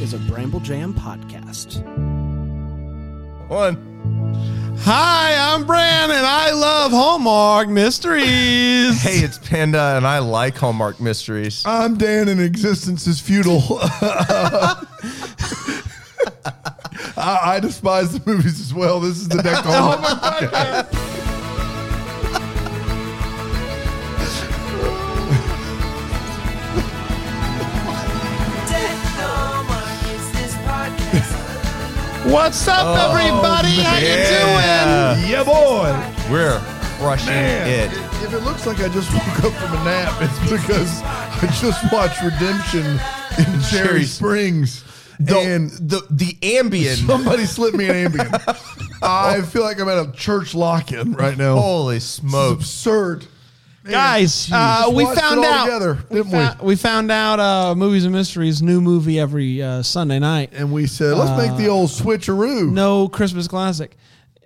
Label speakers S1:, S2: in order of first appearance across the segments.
S1: is a Bramble Jam podcast.
S2: One. Hi, I'm Bran, and I love Hallmark mysteries.
S3: Hey, it's Panda, and I like Hallmark mysteries.
S4: I'm Dan, and existence is futile. I, I despise the movies as well. This is the deck. oh
S2: What's up,
S3: Oh,
S2: everybody? How you doing?
S4: yeah, boy.
S3: We're crushing
S4: Man,
S3: it.
S4: if it looks like I just woke up from a nap, it's because I just watched Redemption in
S3: Cherry
S4: Cherry Springs,
S3: The,
S4: and
S3: the the ambient.
S4: somebody slipped me an Ambien. I feel like I'm at a church lock-in right now.
S3: Holy
S4: This is
S3: smokes!
S4: absurd. Man,
S2: Guys,
S4: geez.
S2: uh,
S4: Just
S2: we
S4: watched it
S2: found
S4: all
S2: out.
S4: together,
S2: we,
S4: didn't we?
S2: found, we found out uh, movies and mysteries new movie every uh, Sunday night.
S4: and we said, let's make the old switcheroo.
S2: No Christmas classic.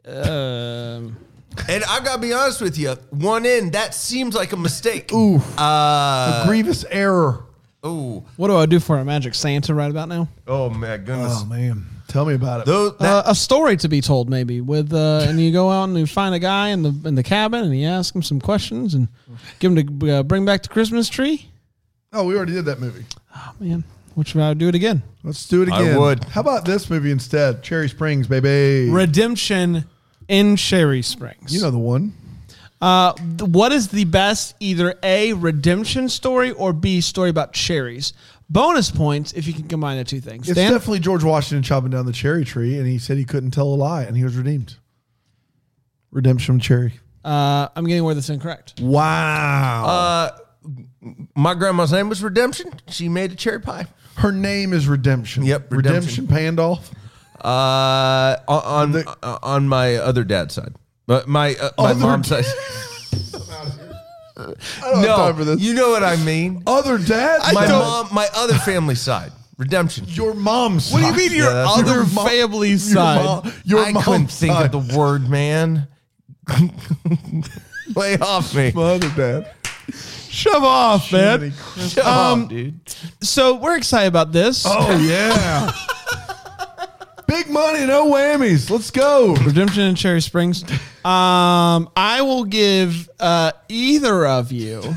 S2: Um,
S3: And I gotta be honest with you, one in that seems like a mistake.
S4: Ooh,
S3: Uh,
S4: grievous error.
S3: ooh.
S2: what do I do for a Magic Santa right about now?
S3: Oh my goodness.
S4: Oh man, tell me about it.
S3: Those, that,
S2: uh, a story to be told, maybe. With uh, and you go out and you find a guy in the in the cabin and you ask him some questions and give him to uh, bring back the Christmas tree.
S4: oh, we already did that movie.
S2: Oh man, what should I do it again?
S4: Let's do it
S3: I
S4: again.
S3: would.
S4: How about this movie instead? Cherry Springs, baby.
S2: Redemption in Sherry Springs.
S4: You know the one.
S2: Uh, th- what is the best either A redemption story or B story about cherries? Bonus points if you can combine the two things.
S4: It's
S2: Dan?
S4: definitely George Washington chopping down the cherry tree, and he said he couldn't tell a lie, and he was redeemed. Redemption of cherry.
S2: uh, I'm getting where this incorrect.
S4: Wow.
S3: my grandma's name was Redemption. She made a cherry pie.
S4: Her name is Redemption.
S3: Yep,
S4: Redemption,
S3: Redemption.
S4: Pandolph.
S3: Uh, on on,
S4: The-
S3: uh, on my other dad's side, but my uh, my
S4: Other
S3: mom's side.
S4: I don't have time for
S3: No,
S4: this.
S3: you know what I mean.
S4: Other dad.
S3: my
S4: side.
S3: mom, my other family side, Redemption.
S4: Your mom's.
S2: What do you
S4: side.
S2: mean your
S3: Yeah, that's-
S2: other
S4: Your mom-
S2: family
S4: Your
S2: side?
S4: mom- Your
S3: I couldn't
S4: mom's
S3: think
S4: side.
S3: of the word, man. Lay off me.
S4: My other dad.
S2: Shove off, man.
S3: Shut
S2: Um,
S3: up, dude.
S2: So we're excited about this.
S4: Oh yeah. Big money, no whammies. Let's go.
S2: Redemption in Cherry Springs. Um, I will give uh, either of you.
S4: You,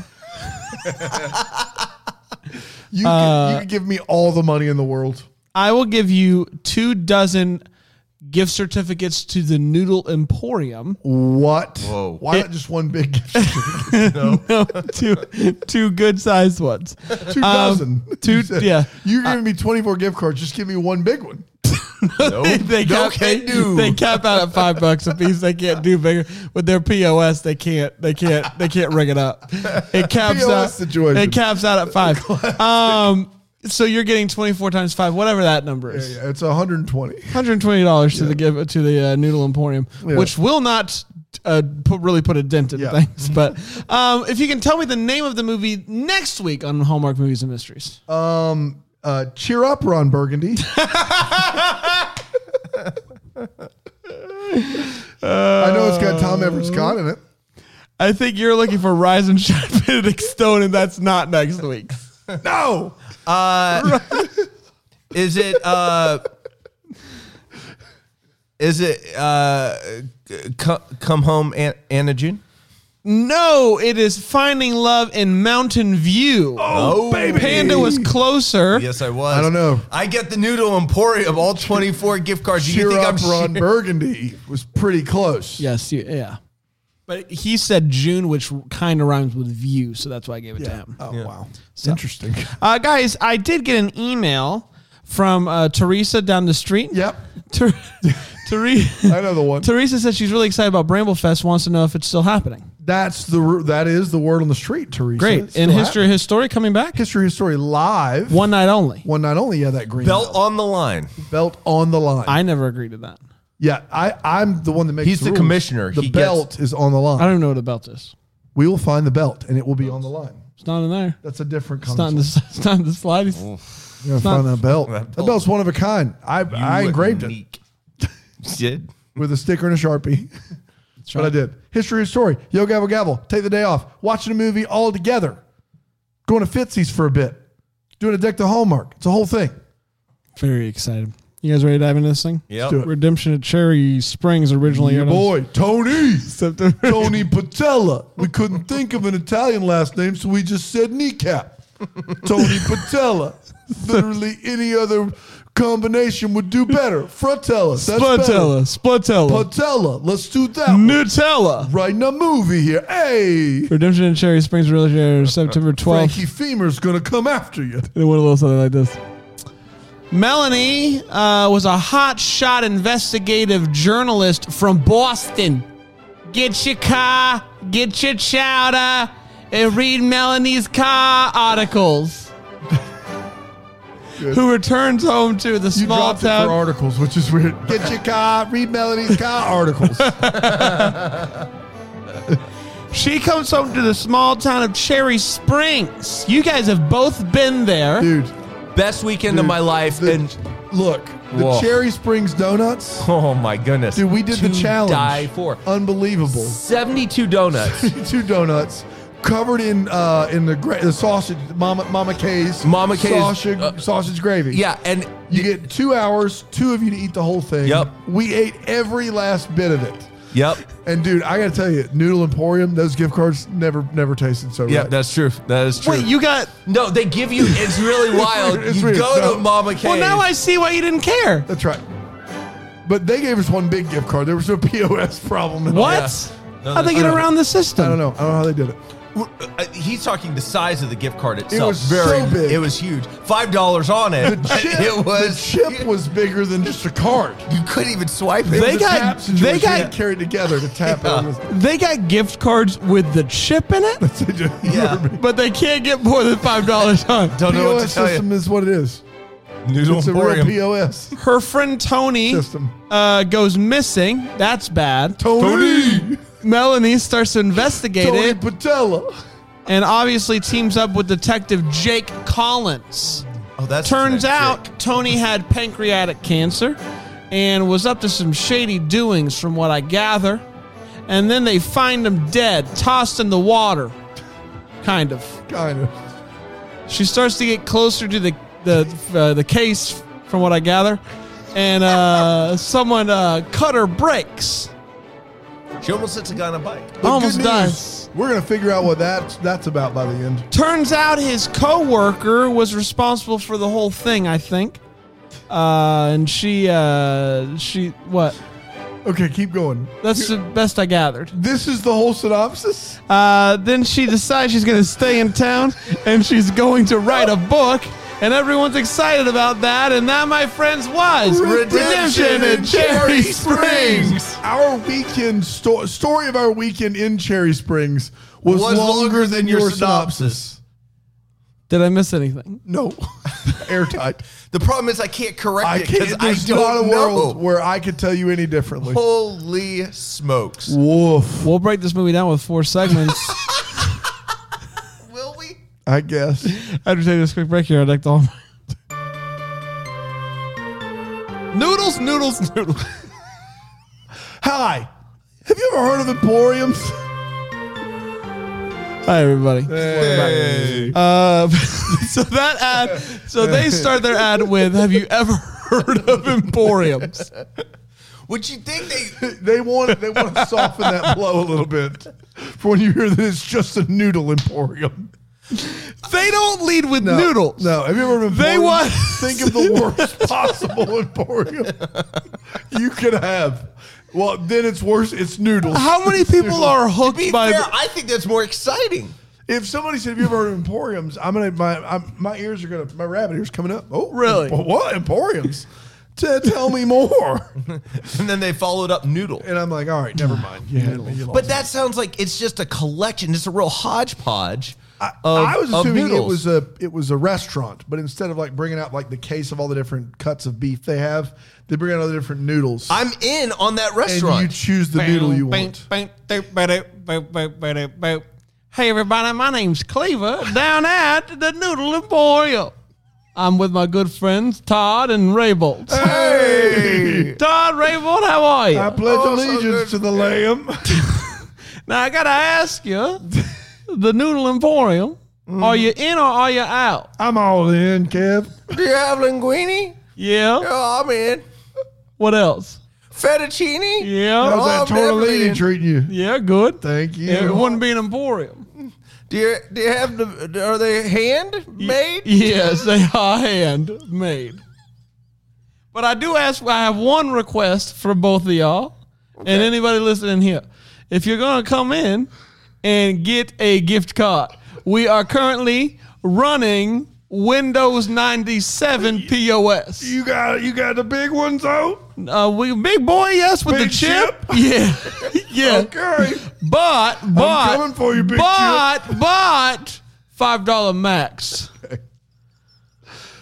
S4: can, you can give me all the money in the world.
S2: I will give you two dozen gift certificates to the Noodle Emporium.
S4: What?
S3: Whoa.
S4: Why not just one big gift?
S2: Um, two two good sized ones.
S4: two dozen?
S2: two-
S4: You said,
S2: yeah. Uh,
S4: You're giving me 24 gift cards. Just give me one big one. Oh,
S2: they
S3: No
S2: cap,
S3: can
S2: they,
S3: do.
S2: they cap out at five bucks a piece. They can't do bigger with their POS. They can't. They can't. They can't ring it up. It caps
S4: POS
S2: out.
S4: situation.
S2: It caps out at five. Um, so you're getting twenty four times five, whatever that number is.
S4: Yeah, it's 120.
S2: Hundred twenty dollars to the give to the uh, Noodle Emporium,
S4: Yeah.
S2: which will not uh, put, really put a dent in
S4: Yeah.
S2: things. But um, if you can tell me the name of the movie next week on Hallmark Movies and Mysteries,
S4: Um, uh, cheer up, Ron Burgundy. I know it's got Tom Everett Scott in it.
S2: I think you're looking for Rise and Shine Benedict Stone, and that's not next week.
S4: No.
S3: Uh, is it? Uh, is it? Uh, come, come home, Aunt, Anna June.
S2: No, it is Finding Love in Mountain View.
S3: Oh, baby.
S2: Panda was closer.
S3: Yes, I was.
S4: I don't know.
S3: I get the noodle emporium all twenty four gift cards. Do you
S4: Cheer
S3: think I'm
S4: up, Ron
S3: cheer-
S4: Burgundy was pretty close.
S2: Yes, you, yeah. But he said June, which kind of rhymes with view, so that's why I gave it to him.
S4: Oh wow, interesting.
S2: Uh, guys, I did get an email from uh, Teresa down the street.
S4: Yep,
S2: Ter- Tere-
S4: I know the one.
S2: Teresa said she's really excited about Bramble Fest, wants to know if it's still happening.
S4: That's the ru- that is the word on the street, Teresa. It's
S2: Great. In
S4: still
S2: History
S4: happening.
S2: History coming back?
S4: history, history live.
S2: One night only.
S4: One night only. Yeah, that green
S3: Belt on the line.
S4: belt on the line.
S2: I never agreed to that.
S4: yeah, I I'm the one that makes.
S3: He's the
S4: rules.
S3: commissioner.
S4: The
S3: He gets-
S4: belt is on the
S2: I
S4: line.
S2: don't even know what a belt is.
S4: We will find the belt, and it will be on the line.
S2: It's not in there.
S4: That's a different
S2: It's not in
S4: concept.
S2: the, it's not in the slide.
S4: We're gonna find that belt.
S3: That
S4: That,
S3: belt.
S4: belt's one of a kind. I I engraved it
S3: it. Did
S4: with a sticker and a sharpie. That's what I did. History of story. Yo gavel gavel. Take the day off. Watching a movie all together. Going to Fitzy's for a bit. Doing a deck to Hallmark. It's a whole thing.
S2: Very excited. You guys ready to dive into this thing?
S3: Yep.
S4: do it.
S2: Redemption at Cherry Springs originally.
S4: Your
S2: aired on
S4: boy, Tony.
S2: September.
S4: Tony Patella. We couldn't think of an Italian last name, so we just said kneecap. Tony Patella. Literally any other combination would do better. Fratella. That's
S2: Splatella.
S4: better.
S2: Splatella.
S4: Patella. Let's do that. one.
S2: Nutella.
S4: Writing a movie here. Hey,
S2: Redemption at Cherry Springs originally aired September 12th.
S4: Frankie Femur's gonna come after you.
S2: It went a little something like this. Melanie uh, was a hot shot investigative journalist from Boston. Get your car, get your chowder, and read Melanie's car articles. Who returns home to the
S4: You
S2: small
S4: dropped it for
S2: town.
S4: articles, which is weird. Get your car, read Melanie's car articles.
S2: She comes home to the small town of Cherry Springs. You guys have both been there.
S4: Dude,
S3: Best weekend of my life,
S4: the-
S3: and
S4: look, the
S3: Whoa.
S4: Cherry Springs donuts.
S3: oh my goodness,
S4: Dude, we did the
S3: To
S4: challenge.
S3: Die for
S4: Unbelievable.
S3: seventy-two donuts.
S4: Two donuts covered in uh, in the gra- the sausage, Mama Mama K's,
S3: Mama K's,
S4: sausage
S3: uh,
S4: sausage gravy.
S3: yeah, and
S4: you get two hours, two of you to eat the whole thing.
S3: Yep.
S4: we ate every last bit of it.
S3: yep,
S4: And dude, I gotta tell you, Noodle Emporium, those gift cards never never tasted so
S3: yep.
S4: right.
S3: That's true. That is true.
S2: Wait, you got.
S3: no, they give you. It's really wild.
S4: It's
S3: you
S4: weird.
S3: go
S4: No.
S3: to Mama K.
S2: Well, now I see why you didn't care.
S4: That's right. But they gave us one big gift card. There was no POS problem. At all.
S2: What?
S3: No,
S2: How'd they
S3: I
S2: get
S3: don't-
S2: around the system?
S4: I don't know. I don't know how they did it.
S3: Uh, He's talking the size of the gift card itself.
S4: was so big.
S3: It was huge. Five dollars on it.
S4: The chip,
S3: it was.
S4: the chip was bigger than just a card.
S3: You couldn't even swipe it.
S4: It
S2: They
S4: was a
S2: got-
S4: tap
S2: they
S4: situation.
S2: got-
S4: You had to carry it together to tap it. on this-
S2: They got gift cards with the chip in it,
S4: They do- you
S3: Yeah.
S4: remember me.
S2: but they can't get more than five dollars on.
S3: Don't know what
S4: POS
S3: to tell
S4: system
S3: you.
S4: is what it is.
S3: Noodle
S4: It's a real POS
S2: Her friend Tony
S4: system.
S2: uh, goes missing. That's bad.
S4: Tony,
S2: Melanie starts to investigate
S4: Tony
S2: it,
S4: Patella.
S2: and obviously teams up with Detective Jake Collins.
S3: Oh, that's
S2: Turns
S3: that's
S2: out Tony had pancreatic cancer and was up to some shady doings, from what I gather. And then they find him dead, tossed in the water, kind of.
S4: Kind of.
S2: She starts to get closer to the the uh, the case, from what I gather, and uh, someone uh, cut her brakes.
S3: it. She almost hits a guy on a bike.
S4: But
S2: Almost
S4: good news,
S2: dies.
S4: We're gonna figure out what that's that's about by the end.
S2: Turns out his coworker was responsible for the whole thing. I think, uh, and she uh, she what?
S4: Okay, keep going.
S2: That's the best I gathered.
S4: This is the whole synopsis.
S2: Uh, then she decides she's going to stay in town and she's going to write a book. And everyone's excited about that. And that, my friends, was Redemption, in Cherry Springs.
S4: Our weekend sto- story of our weekend in Cherry Springs was,
S3: Was
S4: longer,
S3: longer
S4: than,
S3: than
S4: your,
S3: your
S4: synopsis.
S2: Did I miss anything?
S4: No, airtight.
S3: The problem is I can't correct
S4: I
S3: it because
S4: can't.
S3: I
S4: There's not
S3: don't
S4: a world
S3: know.
S4: where I could tell you any differently.
S3: Holy smokes!
S4: Woof.
S2: We'll break this movie down with four segments.
S3: Will we?
S4: I guess.
S2: After taking this quick break here, I'd like to. noodles, noodles, noodles.
S4: Hi. Have you ever heard of Emporiums?
S2: Hi, everybody. Uh, so that ad, so they start their ad with "Have you ever heard of Emporiums?"
S3: Would you think they?
S4: They want they want to soften that blow a little bit for when you hear that it's just a noodle emporium.
S2: They don't lead with
S4: No,
S2: noodles.
S4: No, have you ever been?
S2: They
S4: emporium?
S2: want-
S4: think of the worst possible emporium you could have. Well, then it's worse. It's noodles.
S2: How many people are
S3: Be
S2: hooked by?
S3: fair,
S2: the-
S3: I think that's more exciting.
S4: If somebody said, "Have you ever heard of emporiums?" I'm gonna my I'm, my ears are gonna my rabbit ears coming up. Oh,
S2: Really?
S4: empo- what emporiums? T- tell me more.
S3: And then they followed up noodle.
S4: And I'm like, all right, never mind. You had me. You
S3: But that sounds like it's just a collection. It's a real hodgepodge.
S4: I,
S3: of-
S4: I was
S3: of
S4: assuming it
S3: noodles.
S4: was a it was a restaurant, but instead of like bringing out like the case of all the different cuts of beef they have, they bring out all the different noodles.
S3: I'm in on that
S4: and
S3: restaurant.
S4: you choose the noodle you want.
S2: Hey everybody, my name's Cleaver. Down at the Noodle Emporium, I'm with my good friends Todd and Raybold.
S4: Hey,
S2: Todd Raybold, how are you?
S4: I pledge
S3: Oh, so
S4: allegiance
S3: good.
S4: to the lamb.
S2: Now I gotta ask you, the Noodle Mm-hmm. Emporium, are you in or are you out?
S4: I'm all in, Kev.
S3: Do you have linguine?
S2: Yeah.
S3: Oh man,
S2: What else?
S3: fettuccine.
S2: Yeah.
S4: How's that
S3: Oh, I'm
S4: tortellini
S3: definitely-
S4: treating you?
S2: Yeah, good.
S4: Thank you.
S2: It wouldn't be an emporium.
S3: Do you do you have the? Are they hand made?
S2: Yes, they are hand made. But I do ask. I have one request for both of y'all and anybody listening here. If you're gonna come in and get a gift card, we are currently running Windows 97 POS.
S4: You got you got the big ones out.
S2: Uh, we big boy, yes, with the
S4: Big
S2: chip. Yeah, yeah.
S4: Okay.
S2: But but
S4: coming for you, Big
S2: but but five dollar max.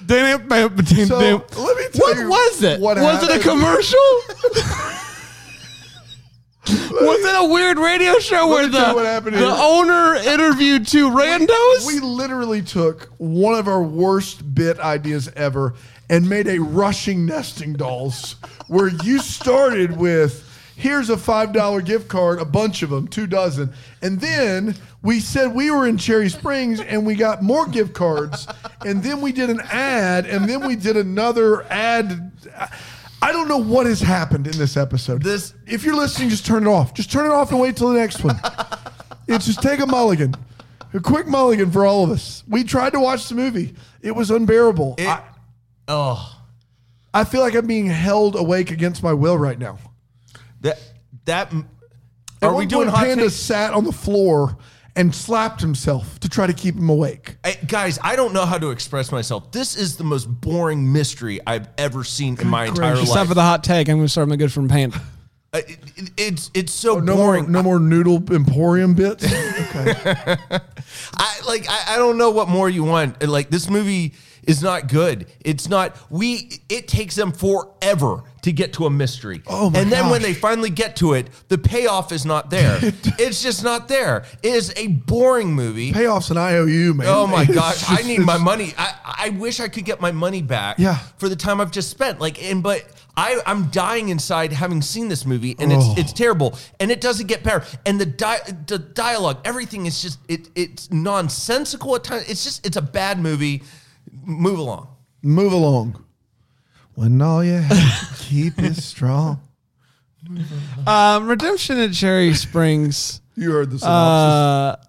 S2: Damn, damn, damn,
S4: So
S2: damn.
S4: let me tell
S2: What
S4: you
S2: was it?
S4: what
S2: was it a
S4: happened.
S2: commercial? was it a weird radio show where
S4: me tell you what
S2: the,
S4: happened
S2: the
S4: here.
S2: owner interviewed two randos?
S4: We literally took one of our worst bit ideas ever and made a rushing nesting dolls where you started with here's a $5 gift card, a bunch of them, two dozen. And then we said we were in Cherry Springs and we got more gift cards. And then we did an ad and then we did another ad. I don't know what has happened in this episode.
S3: This-
S4: if you're listening, just turn it off. Just turn it off and wait till the next one. It's just take a mulligan. A quick mulligan for all of us. We tried to watch the movie. It was unbearable. I,
S3: Oh,
S4: I feel like I'm being held awake against my will right now.
S3: that that.
S4: At
S3: Are we
S4: one
S3: doing
S4: point,
S3: hot
S4: Panda
S3: takes?
S4: sat on the floor and slapped himself to try to keep him awake.
S3: I, guys, I don't know how to express myself. This is the most boring mystery I've ever seen in my entire
S4: gracious.
S2: Except
S3: life.
S2: for the hot take, I'm going to start my good friend Panda.
S3: Uh, it- it- it's it's so
S4: Oh, No more,
S3: boring.
S4: no more noodle emporium bits. Okay.
S3: I like I, I don't know what more you want. Uh, Like this movie is not good. It's not we it takes them forever to get to a mystery.
S4: Oh, my
S3: and then when
S4: gosh.
S3: they finally get to it, the payoff is not there. it's just not there. It is a boring movie.
S4: Payoff's an IOU, man.
S3: Oh my
S4: It's
S3: gosh,
S4: just-
S3: I need my
S4: it's-
S3: money. I, I wish I could get my money back
S4: Yeah.
S3: for the time I've just spent. Like and but I, I'm dying inside having seen this movie and
S4: Oh.
S3: it's it's terrible and it doesn't get better. And the di- the dialogue, everything is just it it's nonsensical at times. It's just it's a bad movie. Move along.
S4: Move along. When all you have to keep is strong.
S2: Um, Redemption at Cherry Springs.
S4: You heard the
S2: Uh,
S4: synopsis.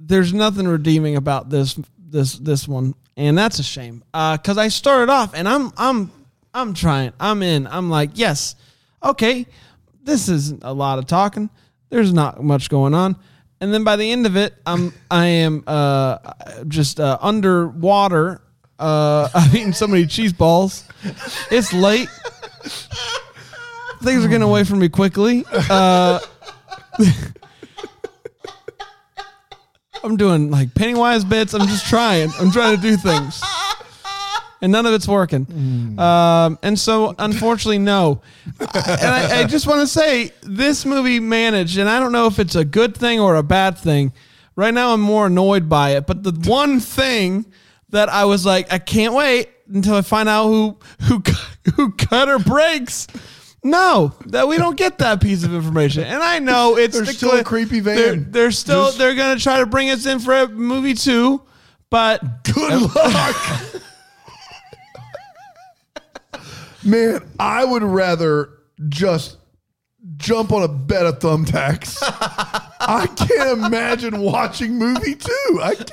S2: there's nothing redeeming about this this this one, and that's a shame. Because I started off, and I'm I'm I'm trying. I'm in. I'm like, yes, okay. This isn't a lot of talking. There's not much going on, and then by the end of it, I'm I am uh just uh, underwater. Uh, I've eaten so many cheese balls. It's late. Things are getting away from me quickly. Uh, I'm doing like Pennywise bits. I'm just trying. I'm trying to do things, and none of it's working.
S4: Mm.
S2: Um, and so, unfortunately, no. I- and I, I just want to say this movie managed, and I don't know if it's a good thing or a bad thing. Right now, I'm more annoyed by it. But the one thing that I was like, I can't wait until I find out who who cu- who cut her brakes. No, that we don't get that piece of information, and I know it's
S4: There's
S2: the
S4: still
S2: cli-
S4: a creepy van.
S2: They're, they're still
S4: Just-
S2: they're gonna try to bring us in for a movie two, but
S4: Good luck. Man, I would rather just jump on a bed of thumbtacks. I can't imagine watching movie two. I can't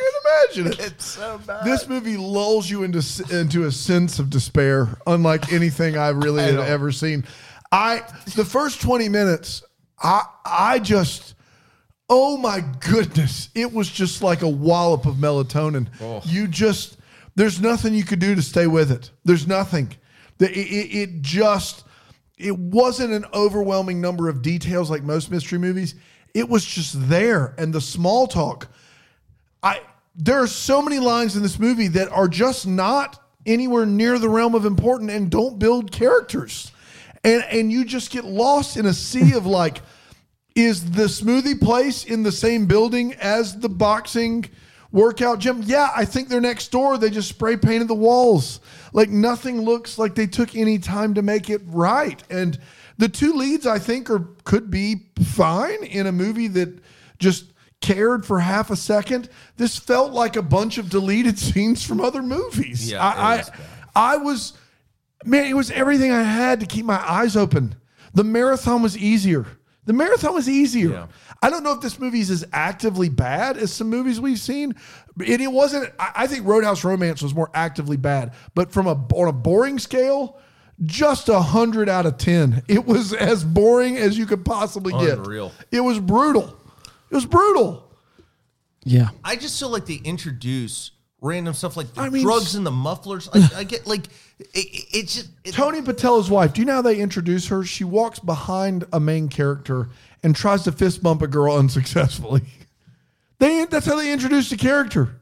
S4: imagine it.
S3: so bad.
S4: This movie lulls you into s- into a sense of despair, unlike anything I really had
S3: don't-
S4: ever seen. I the first twenty minutes, I I just oh my goodness, it was just like a wallop of melatonin. You just there's nothing you could do to stay with it. There's nothing. The- It, it, it just it wasn't an overwhelming number of details like most mystery movies. It was just there, and the small talk. I there are so many lines in this movie that are just not anywhere near the realm of important and don't build characters. And and you just get lost in a sea of like is the smoothie place in the same building as the boxing workout gym? Yeah, I think they're next door. They just spray painted the walls. Like nothing looks like they took any time to make it right. And the two leads I think are could be fine in a movie that just cared for half a second. This felt like a bunch of deleted scenes from other movies.
S3: Yeah, it
S4: I I,
S3: was bad.
S4: I was Man, it was everything I had to keep my eyes open. The marathon was easier. The marathon was easier.
S3: Yeah.
S4: I don't know if this movie is as actively bad as some movies we've seen. And it wasn't. I, I think Roadhouse Romance was more actively bad, but from a on a boring scale, just a hundred out of ten. It was as boring as you could possibly get.
S3: Unreal.
S4: It was brutal. It was brutal.
S2: Yeah.
S3: I just feel like they introduce random stuff like the
S4: I mean,
S3: drugs and the mufflers. I, I get like it, it- it's just it,
S4: Tony Patel's wife. Do you know how they introduce her? She walks behind a main character and tries to fist bump a girl unsuccessfully. They that's how they introduce the character.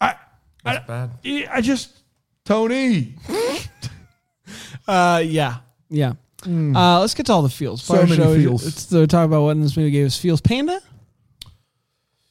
S4: I
S3: That's bad.
S4: I just Tony.
S2: Uh, yeah, yeah. Uh, let's get to all the feels.
S4: So many feels.
S2: Let's uh, talk about what this movie gave us. Feels panda.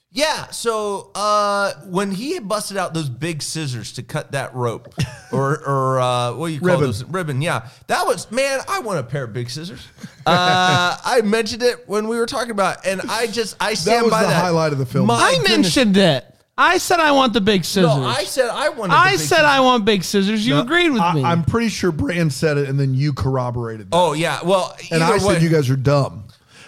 S3: Yeah, so uh, when he had busted out those big scissors to cut that rope, or or uh, what do you call
S4: Ribbon.
S3: those ribbon? Yeah, that was man. I want a pair of big scissors. Uh, I mentioned it when we were talking about, it, and I just I stand
S4: was
S3: by
S4: the
S3: that.
S4: highlight of the film.
S3: My
S2: I
S3: Oh, goodness.
S2: mentioned it. I said I want the big scissors.
S3: No, I
S2: I,
S3: said I wanted. the big
S2: said
S3: scissors.
S2: I want big scissors. You agreed with
S4: I,
S2: me.
S4: I'm pretty sure Brand said it, and then you corroborated. That.
S3: Oh yeah, well,
S4: and
S3: either
S4: I
S3: way-
S4: said you guys are dumb.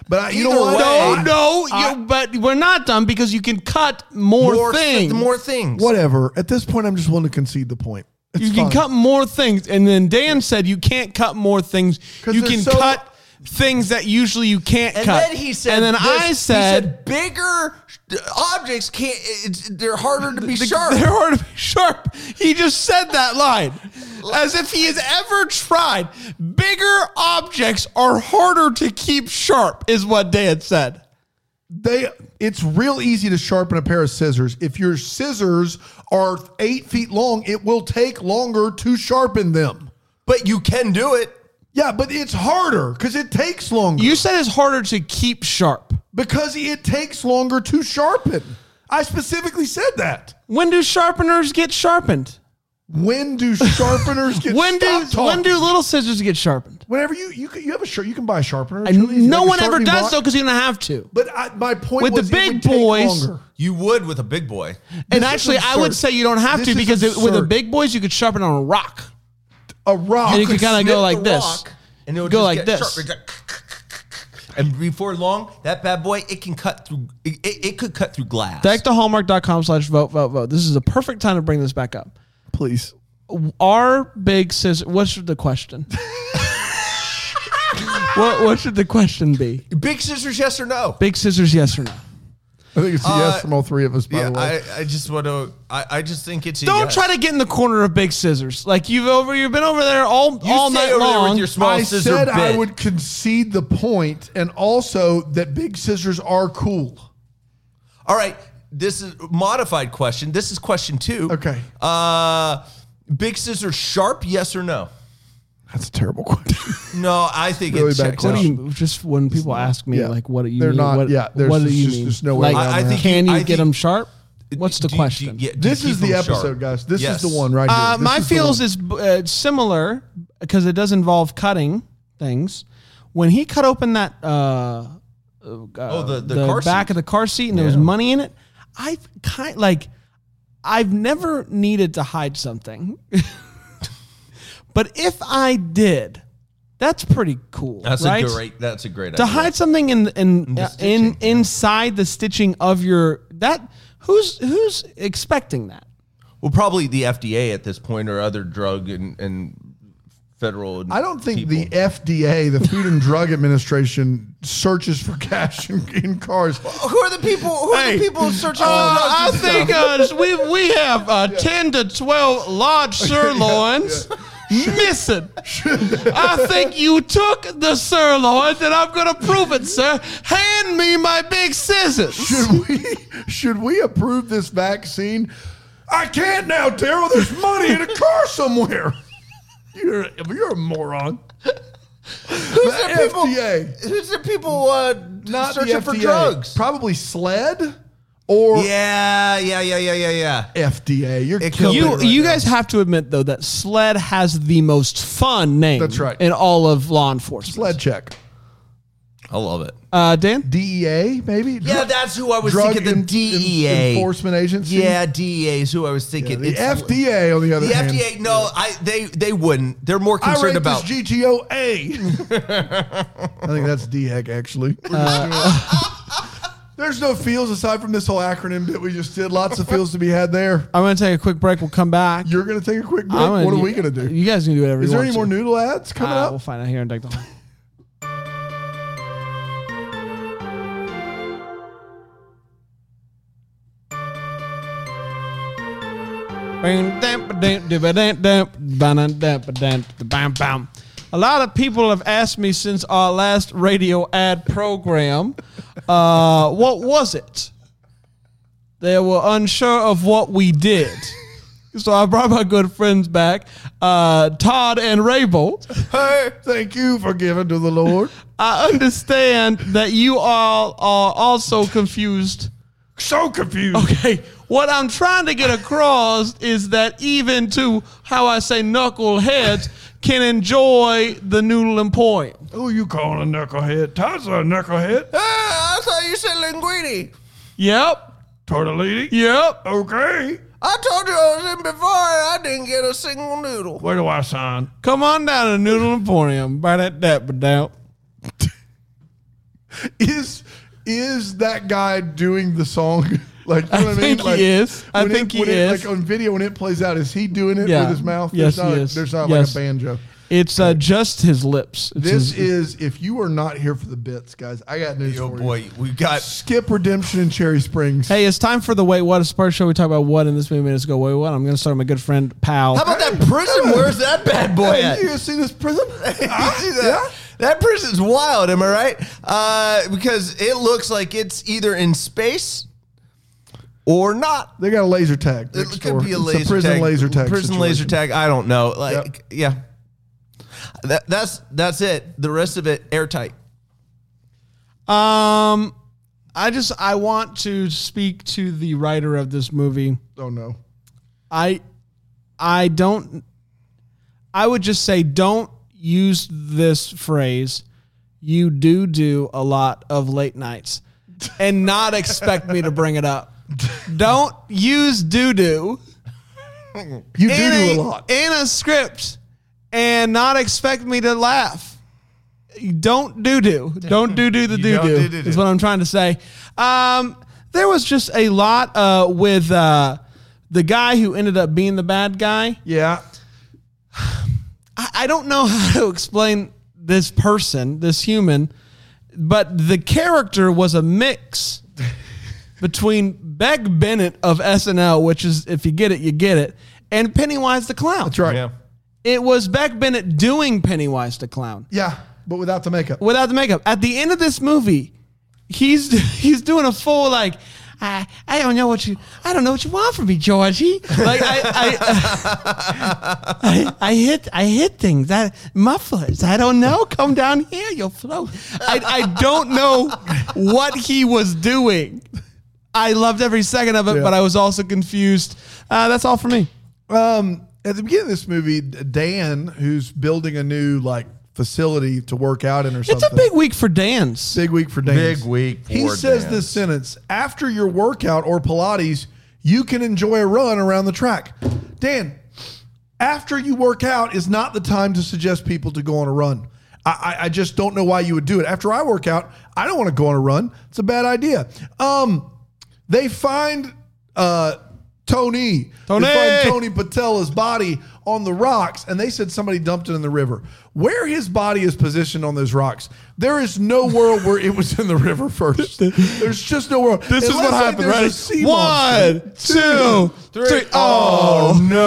S4: But I, you know
S3: Either
S4: what?
S3: way-
S2: no,
S3: I-
S2: no, you, but we're not done because you can cut more,
S3: more
S2: things.
S3: things. More things.
S4: Whatever. At this point, I'm just willing to concede the point. It's
S2: you can
S4: fine.
S2: cut more things, and then Dan said you can't cut more things.
S4: 'Cause
S2: You
S4: they're
S2: can
S4: so-
S2: cut things that usually you can't
S3: And
S2: cut.
S3: then he said,
S2: and then
S3: this-
S2: I
S3: he
S2: said
S3: bigger objects can't. It's, they're harder to be sharp.
S2: They're hard to be sharp. He just said that line as if he has ever tried. Bigger objects are harder to keep sharp, is what Dan said.
S4: they it's real easy to sharpen a pair of scissors if your scissors are eight feet long it will take longer to sharpen them
S3: but you can do it.
S4: yeah but it's harder because it takes longer
S2: You said it's harder to keep sharp.
S4: because it takes longer to sharpen i specifically said that
S2: When do sharpeners get sharpened?
S4: when do sharpeners get
S2: When do
S4: stop
S2: when
S4: talking?
S2: do little scissors get sharpened?
S4: whenever you you, can, you have a shirt you can buy a sharpener It's
S2: And
S4: really easy.
S2: no
S4: Like a
S2: one ever
S4: sharpening
S2: does
S4: block.
S2: though because you don't have to.
S4: but I, my point
S2: With the
S4: was it
S2: big
S4: would take
S2: boys-
S4: longer.
S3: You would with a big boy.
S2: And
S4: is
S2: actually, I would
S4: absurd.
S2: say you don't have
S4: This
S2: to
S4: is
S2: because it, with the
S4: absurd.
S2: big boys, you could sharpen on a rock.
S4: a rock
S2: And you could kinda
S3: Snip
S2: go
S3: the
S2: like this.
S3: rock, and it'll
S2: Go
S3: just
S2: like
S3: get
S2: this.
S3: sharp. It's like- And before long, that bad boy, it can cut through. It, it, it could cut through glass.
S2: Back to hallmark.com slash vote, vote, vote. This is a perfect time to bring this back up.
S4: please
S2: Our big scissors. What's the question? what What should the question be?
S3: Big scissors, yes or no?
S2: Big scissors, yes or no?
S4: i think it's a
S3: Uh,
S4: yes from all three of us by
S3: Yeah,
S4: the way
S3: I, I just want to. I, I just think it's. a
S2: Don't
S3: yes.
S2: try to get in the corner of big scissors. Like you've over, you've been over there all
S3: You
S2: all
S3: stay
S2: night
S3: over there
S2: long.
S3: with your small
S4: I
S3: scissor
S4: said
S3: bit.
S4: I would concede the point, and also that big scissors are cool.
S3: All right. This is modified question. This is question two.
S4: Okay.
S3: Uh, big scissors sharp? Yes or no?
S4: That's a terrible question.
S3: No, I think
S4: Really
S3: it
S4: bad
S3: checks
S2: what
S3: out.
S2: do you, just when people ask me
S4: yeah.
S2: like, what do you?
S4: They're
S2: mean?
S4: not-
S2: What,
S4: yeah, there's
S2: what do
S4: just-
S2: you
S4: just-
S2: mean?
S4: there's no way
S2: like,
S4: around
S3: I- I that. think-
S2: can you
S3: I
S2: get
S3: think-
S2: them sharp? What's the
S3: Do you- do you
S2: question?
S3: get- do you
S4: This
S3: keep
S4: is the
S3: them sharp?
S4: episode, guys. This
S3: Yes.
S4: is the one right
S2: Uh,
S4: here. This
S2: my
S4: is the
S2: feels
S4: one.
S2: is uh, similar because it does involve cutting things. When he cut open that uh,
S3: Oh, the, the,
S2: the,
S3: car
S2: back
S3: seat.
S2: of the car seat and there was money in it, I've kind like I've never needed to hide something, but if I did, that's pretty cool.
S3: That's
S2: right?
S3: a great. That's a great
S2: to
S3: idea.
S2: hide something in in
S3: the
S2: uh, in
S3: stitching,
S2: inside the stitching of your that who's who's expecting that.
S3: Well, probably the FDA at this point, or other drug and, and federal.
S4: I don't think
S3: people.
S4: the FDA, the Food and Drug Administration, searches for cash in, in cars.
S3: Who are the people? Who are the people searching?
S2: I think uh, we we have uh, ten to twelve large sirloins missing. I think you took the sirloins, and I'm gonna prove it, sir. Hand me my big scissors.
S4: Should we should we approve this vaccine? I can't now, Daryl. There's money in a car somewhere. You're you're a moron.
S3: who's
S4: the
S3: the people?
S4: FDA.
S3: Who's the people uh,
S4: not the
S3: searching for
S4: FDA.
S3: drugs?
S4: Probably SLED or
S3: yeah, yeah, yeah, yeah, yeah, yeah.
S4: FDA. You're
S3: It
S4: killing
S2: You
S4: it.
S2: you guys have to admit though that sled has the most fun name.
S4: That's right.
S2: In all of law enforcement,
S4: SLED check.
S3: I love it.
S2: Uh, Dan?
S4: DEA, E maybe?
S3: yeah, that's who I was
S4: Drug
S3: thinking. The
S4: en- en-
S3: DEA
S4: Enforcement Agency?
S3: Yeah, DEA is who I was thinking.
S4: The
S3: It's-
S4: FDA, on the other
S3: The
S4: hand.
S3: FDA, no, I they they wouldn't. They're more
S4: I rate
S3: concerned about.
S4: this GTO A. I think that's DEAC, actually. Uh, There's no feels aside from this whole acronym that we just did. Lots of feels to be had there.
S2: I'm going to take a quick break. We'll come back.
S4: You're going to take a quick break.
S2: I'm gonna
S4: what are
S2: do-
S4: we going to do?
S2: You guys can do whatever
S4: Is
S2: you
S4: there
S2: want
S4: any more
S2: to.
S4: noodle ads coming
S2: Uh,
S4: up?
S2: We'll find out here in Dictaphone. A lot of people have asked me since our last radio ad program, uh, what was it? They were unsure of what we did. So I brought my good friends back, uh, Todd and Rabel.
S4: Hey, thank you for giving to the Lord.
S2: I understand that you all are also confused.
S4: so confused.
S2: Okay, what I'm trying to get across is that even to how I say knuckleheads can enjoy the noodle and point.
S4: Who you calling a knucklehead? Todd's a knucklehead.
S3: Ah, I thought you said linguini.
S2: Yep,
S4: Tortellini.
S2: yep.
S4: Okay.
S3: I told you I was in before. I didn't get a single noodle.
S4: Where do I sign?
S2: Come on down to Noodle Emporium. Buy that dap but down.
S4: Is is that guy doing the song? Like you
S2: I
S4: know what I mean?
S2: think he
S4: Like,
S2: is. I
S4: when it-
S2: think he
S4: when it-
S2: is.
S4: Like on video, when it plays out, is he doing it
S2: Yeah.
S4: with his mouth?
S2: Yes,
S4: there's not,
S2: he is.
S4: There's not
S2: Yes.
S4: like a banjo.
S2: It's uh, just his lips. It's
S4: This
S2: his-
S4: is if you are not here for the bits, guys. I got news
S3: Oh
S4: for you.
S3: boy, we got
S4: Skip Redemption in Cherry Springs.
S2: Hey, it's time for the Wait What. It's part show. We talk about what in this many minutes ago. Wait What? I'm going to start with my good friend, Pal.
S3: How about that prison? Where's that bad boy
S4: Hey,
S3: at?
S4: you guys see this prison?
S3: You see that? That prison's wild, am I right? Uh, because it looks like it's either in space or not.
S4: They got a laser tag.
S3: It
S4: next
S3: could
S4: door.
S3: be a
S4: It's
S3: laser
S4: prison
S3: tag.
S4: laser tag.
S3: Prison
S4: situation.
S3: laser tag. I don't know. Like, yeah. That, that's that's it. The rest of it airtight.
S2: Um, I just I want to speak to the writer of this movie.
S4: Oh no.
S2: I I don't. I would just say don't use this phrase. You do do a lot of late nights, and not expect me to bring it up. Don't use doo doo
S4: You
S2: in
S4: do do
S2: a,
S4: a lot.
S2: in a script and not expect me to laugh. Don't do do. Don't do do the do
S3: don't
S2: do.
S3: do-do-do.
S2: Is what I'm trying to say. Um, there was just a lot uh, with uh, the guy who ended up being the bad guy.
S4: Yeah.
S2: I, I don't know how to explain this person, this human, but the character was a mix between Beck Bennett of SNL, which is if you get it, you get it, and Pennywise the clown.
S4: That's right.
S3: Yeah.
S4: Yeah.
S2: It was Beck Bennett doing Pennywise the clown
S4: But without the makeup.
S2: without the makeup. At the end of this movie, he's he's doing a full like. I, I don't know what you I don't know what you want from me, Georgie. Like I I, I, I hit I hit things. I mufflers. I don't know. Come down here, you'll float. I, I don't know what he was doing. I loved every second of it,
S4: Yeah.
S2: but I was also confused. Uh, that's all for me.
S4: Um, at the beginning of this movie, Dan, who's building a new like facility to work out in or something.
S2: It's a big week for Dan's.
S4: big week for Dan.
S3: Big week
S4: he
S3: for
S4: says
S3: Dan.
S4: this sentence after your workout or Pilates, you can enjoy a run around the track. Dan, after you work out is not the time to suggest people to go on a run. I, I, I just don't know why you would do it. After I work out, I don't want to go on a run. It's a bad idea. Um, they find uh, Tony.
S2: Tony!
S4: They find Tony Patella's body on the rocks, and they said somebody dumped it in the river. Where his body is positioned on those rocks, there is no world where it was in the river first. There's just no world.
S2: This is what happened, right?
S4: One,
S2: One, two, three. Oh,
S4: no.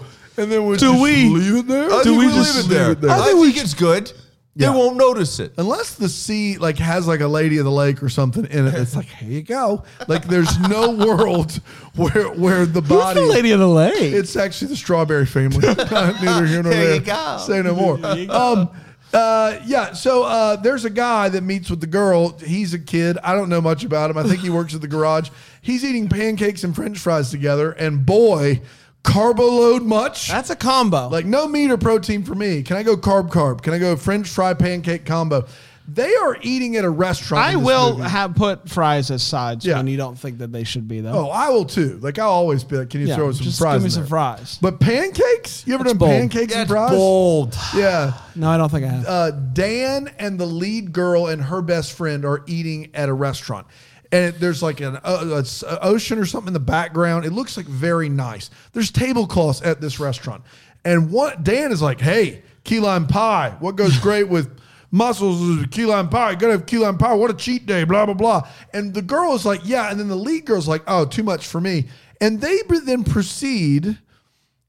S4: Oh. And then we
S2: Do
S4: just
S2: we-
S4: leave it there?
S2: Do
S3: I think
S2: we
S3: leave
S2: just
S3: it there?
S4: leave it there?
S3: I think it's good.
S4: Yeah.
S3: They won't notice it.
S4: Unless the sea like has like a lady of the lake or something in it, it's like here you go. Like there's no world where where the
S2: who's
S4: body.
S2: the lady of the lake?
S4: It's actually the strawberry family. Neither here
S3: There
S4: nor there.
S3: you go.
S4: Say no more. Um, uh, yeah. So uh, there's a guy that meets with the girl. He's a kid. I don't know much about him. I think he works at the garage. He's eating pancakes and French fries together, and boy, carbo load much.
S2: That's a combo.
S4: Like no meat or protein for me. Can I go carb carb? Can I go French fry pancake combo? They are eating at a restaurant.
S2: I
S4: in this
S2: will
S4: movie.
S2: have put fries as sides
S4: Yeah.
S2: when you don't think that they should be though.
S4: Oh, I will too. Like I'll always be like, can you
S2: Yeah,
S4: throw us some
S2: just
S4: fries?
S2: give me
S4: in
S2: some
S4: there?
S2: fries.
S4: But pancakes? You ever done
S2: bold.
S4: pancakes and
S3: That's
S4: fries?
S3: bold.
S4: Yeah.
S2: No, I don't think I have.
S4: uh, Dan and the lead girl and her best friend are eating at a restaurant. And it- there's like an uh, uh, s- uh, ocean or something in the background. It looks like very nice. There's tablecloths at this restaurant. And what Dan is like, hey, key lime pie. What goes great with mussels is key lime pie. You gotta have key lime pie. What a cheat day, blah, blah, blah. And the girl is like, yeah. And then the lead girl's like, oh, too much for me. And they then proceed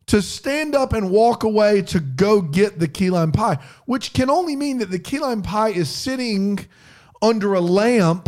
S4: to stand up and walk away to go get the key lime pie, which can only mean that the key lime pie is sitting under a lamp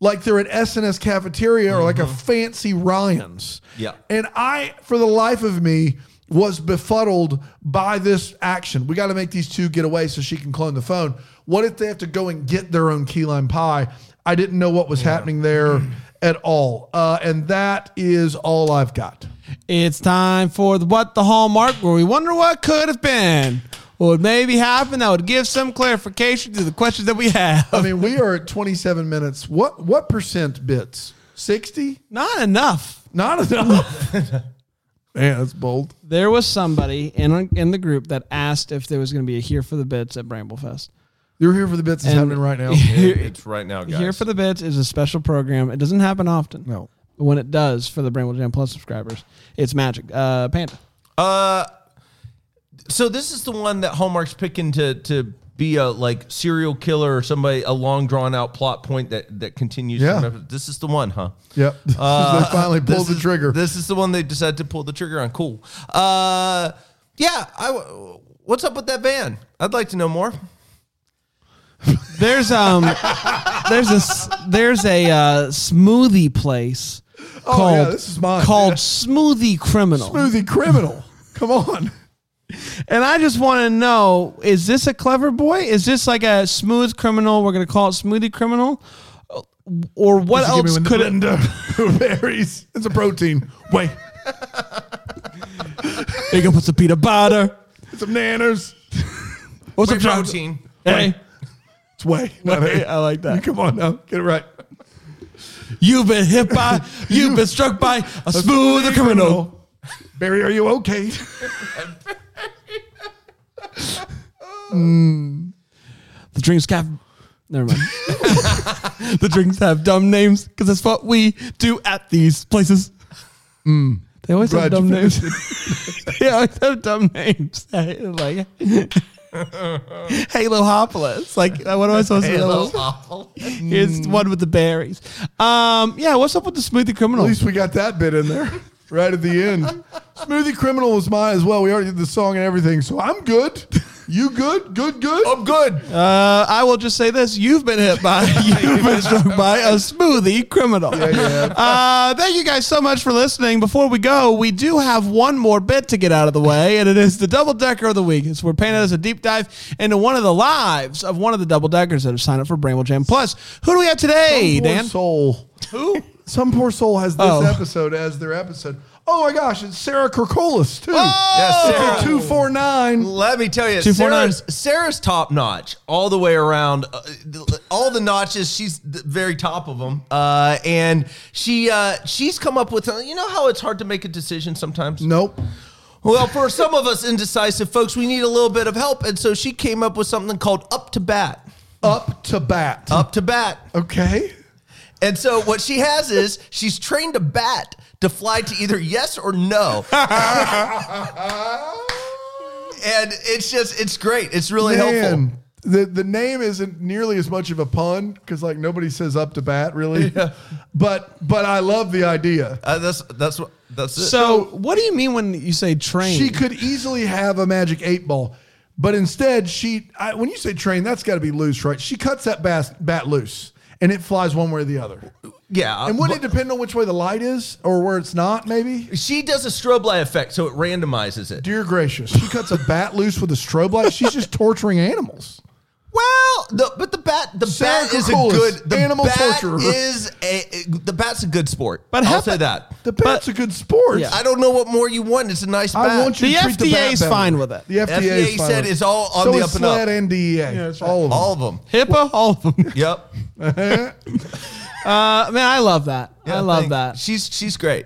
S4: like they're at SNS cafeteria or like a fancy Ryan's.
S3: Yeah.
S4: And I, for the life of me, was befuddled by this action. We got to make these two get away so she can clone the phone. What if they have to go and get their own key lime pie? I didn't know what was happening there at all. Uh, and that is all I've got.
S2: It's time for the What the Hallmark, where we wonder what could have been, what would maybe happen that would give some clarification to the questions that we have.
S4: I mean, we are at 27 minutes. What what percent bits? 60?
S2: Not enough.
S4: Not enough. Man, that's bold.
S2: There was somebody in in the group that asked if there was going to be a here for the bits at Bramblefest.
S4: You're here for the bits that's
S2: And-
S4: happening right now.
S3: It's right now, guys.
S2: Here for the bits is a special program. It doesn't happen often.
S4: No.
S2: But when it does for the Bramble Jam Plus subscribers, it's magic. Uh, Panda.
S3: Uh, so this is the one that Hallmark's picking to to be a like serial killer or somebody a long drawn out plot point that that continues.
S4: Yeah.
S3: from episode- this is the one, huh?
S4: Yep.
S2: Uh,
S4: they finally
S3: This
S4: pulled the
S3: is-
S4: trigger.
S3: This is the one they decided to pull the trigger on. Cool. Uh, yeah. I w- what's up with that van? I'd like to know more.
S2: There's um, there's a s- there's a uh, smoothie place
S4: Oh,
S2: called
S4: yeah, this is mine.
S2: called
S4: Yeah.
S2: Smoothie Criminal.
S4: Smoothie criminal. Come on.
S2: And I just want to know: Is this a clever boy? Is this like a smooth criminal? We're gonna call it Smoothie Criminal, or what else could it?
S4: it? Berries. It's a protein. Wait,
S2: They gonna put some peanut butter.
S4: some nanners.
S2: What's
S3: Wait, protein.
S2: Hey,
S4: It's way. Not
S2: Wait,
S4: a.
S2: I like that.
S4: Come on now. Get it right.
S2: you've been hit by, you've been struck by a smoothie criminal.
S4: Barry, are you okay?
S2: The drinks have. Never mind. the drinks have dumb names because that's what we do at these places. They always have
S4: Glad you
S2: dumb names. they always have dumb names. like Halo Hopolis. Like, uh, what am I supposed
S3: Hello,
S2: to do?
S3: awful.
S2: It's one with the berries. Um, yeah, what's up with the smoothie
S4: At
S2: criminal?
S4: least we got that bit in there right at the end. Smoothie Criminal was mine as well. We already did the song and everything, so I'm good. You good? Good, good?
S3: I'm good.
S2: Uh, I will just say this: you've been hit by, you've been struck by a smoothie criminal. Uh, thank you guys so much for listening. Before we go, we do have one more bit to get out of the way, and it is the double decker of the week. It's where Panda does a deep dive into one of the lives of one of the double deckers that have signed up for Bramble Jam Plus. Who do we have today,
S4: Some poor
S2: Dan?
S4: soul.
S2: Who?
S4: Some poor soul has this
S2: Oh.
S4: episode as their episode. Oh my gosh, it's Sarah Kerkolis too.
S2: Oh!
S3: Yes, Sarah.
S4: Two four nine.
S3: Let me tell you,
S2: Two, four, nine.
S3: Sarah's, Sarah's top notch all the way around. Uh, all the notches, she's the very top of them. Uh, and she uh, she's come up with, you know how it's hard to make a decision sometimes?
S4: Nope.
S3: Well, for some of us indecisive folks, we need a little bit of help. And so she came up with something called Up to Bat.
S4: Up to bat.
S3: Up to Bat.
S4: Okay.
S3: And so what she has is she's trained a bat to fly to either yes or no. and it's just, it's great. It's really helpful.
S4: Man, the the name isn't nearly as much of a pun because like nobody says up to bat really. But but I love the idea.
S3: Uh, that's that's what that's it.
S2: So, what do you mean when you say train?
S4: She could easily have a magic eight ball, but instead she. I, when you say train, that's got to be loose, right? She cuts that bat, bat loose, and it flies one way or the other.
S3: yeah,
S4: And wouldn't
S3: but
S4: it depend on which way the light is or where it's not? Maybe.
S3: she does a strobe light effect, so it randomizes it.
S4: Dear gracious, she cuts a bat loose with a strobe light. She's just torturing animals.
S3: Well, the, but the bat the
S5: Sarah
S3: bat is a
S5: Kukulis,
S3: good the
S5: animal
S3: bat
S5: torturer.
S3: is a the bat's a good sport.
S2: But how
S3: I'll say
S2: the-
S3: that.
S5: The bat's a good sport.
S2: Yeah.
S3: I don't know what more you want. It's a nice bat.
S5: I want you
S2: The
S5: to treat the
S2: FDA
S5: bat
S2: 's
S5: better.
S2: fine with it.
S5: The FDA, 's
S3: FDA
S5: fine
S3: said
S5: with it.
S3: it's all on
S5: so
S3: the
S5: is
S3: up and up.
S5: SLAD and DEA. All of them.
S3: all of them.
S2: HIPAA, all of them.
S3: Yep.
S2: Uh, man, I love that. I
S3: Yeah,
S2: love
S3: thanks.
S2: that.
S3: She's she's great.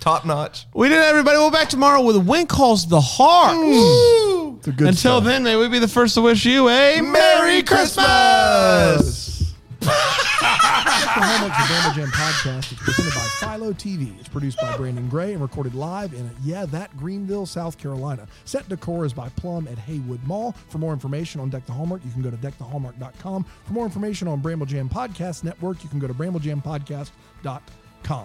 S3: Top notch.
S2: We did it, everybody. We'll be back tomorrow with Win Calls the Heart.
S5: It's a Mm. good
S2: Until
S5: stuff.
S2: then, may we be the first to wish you a Merry Christmas.
S4: The Homework for Bama Jam podcast is presented by Philo TV. It's produced by Brandon Gray and recorded live in, yeah, that Greenville, South Carolina. Set decor is by Plum at Haywood Mall. For more information on Deck the Hallmark, you can go to deckthehallmark.com. For more information on Bramble Jam Podcast Network, you can go to bramblejampodcast.com.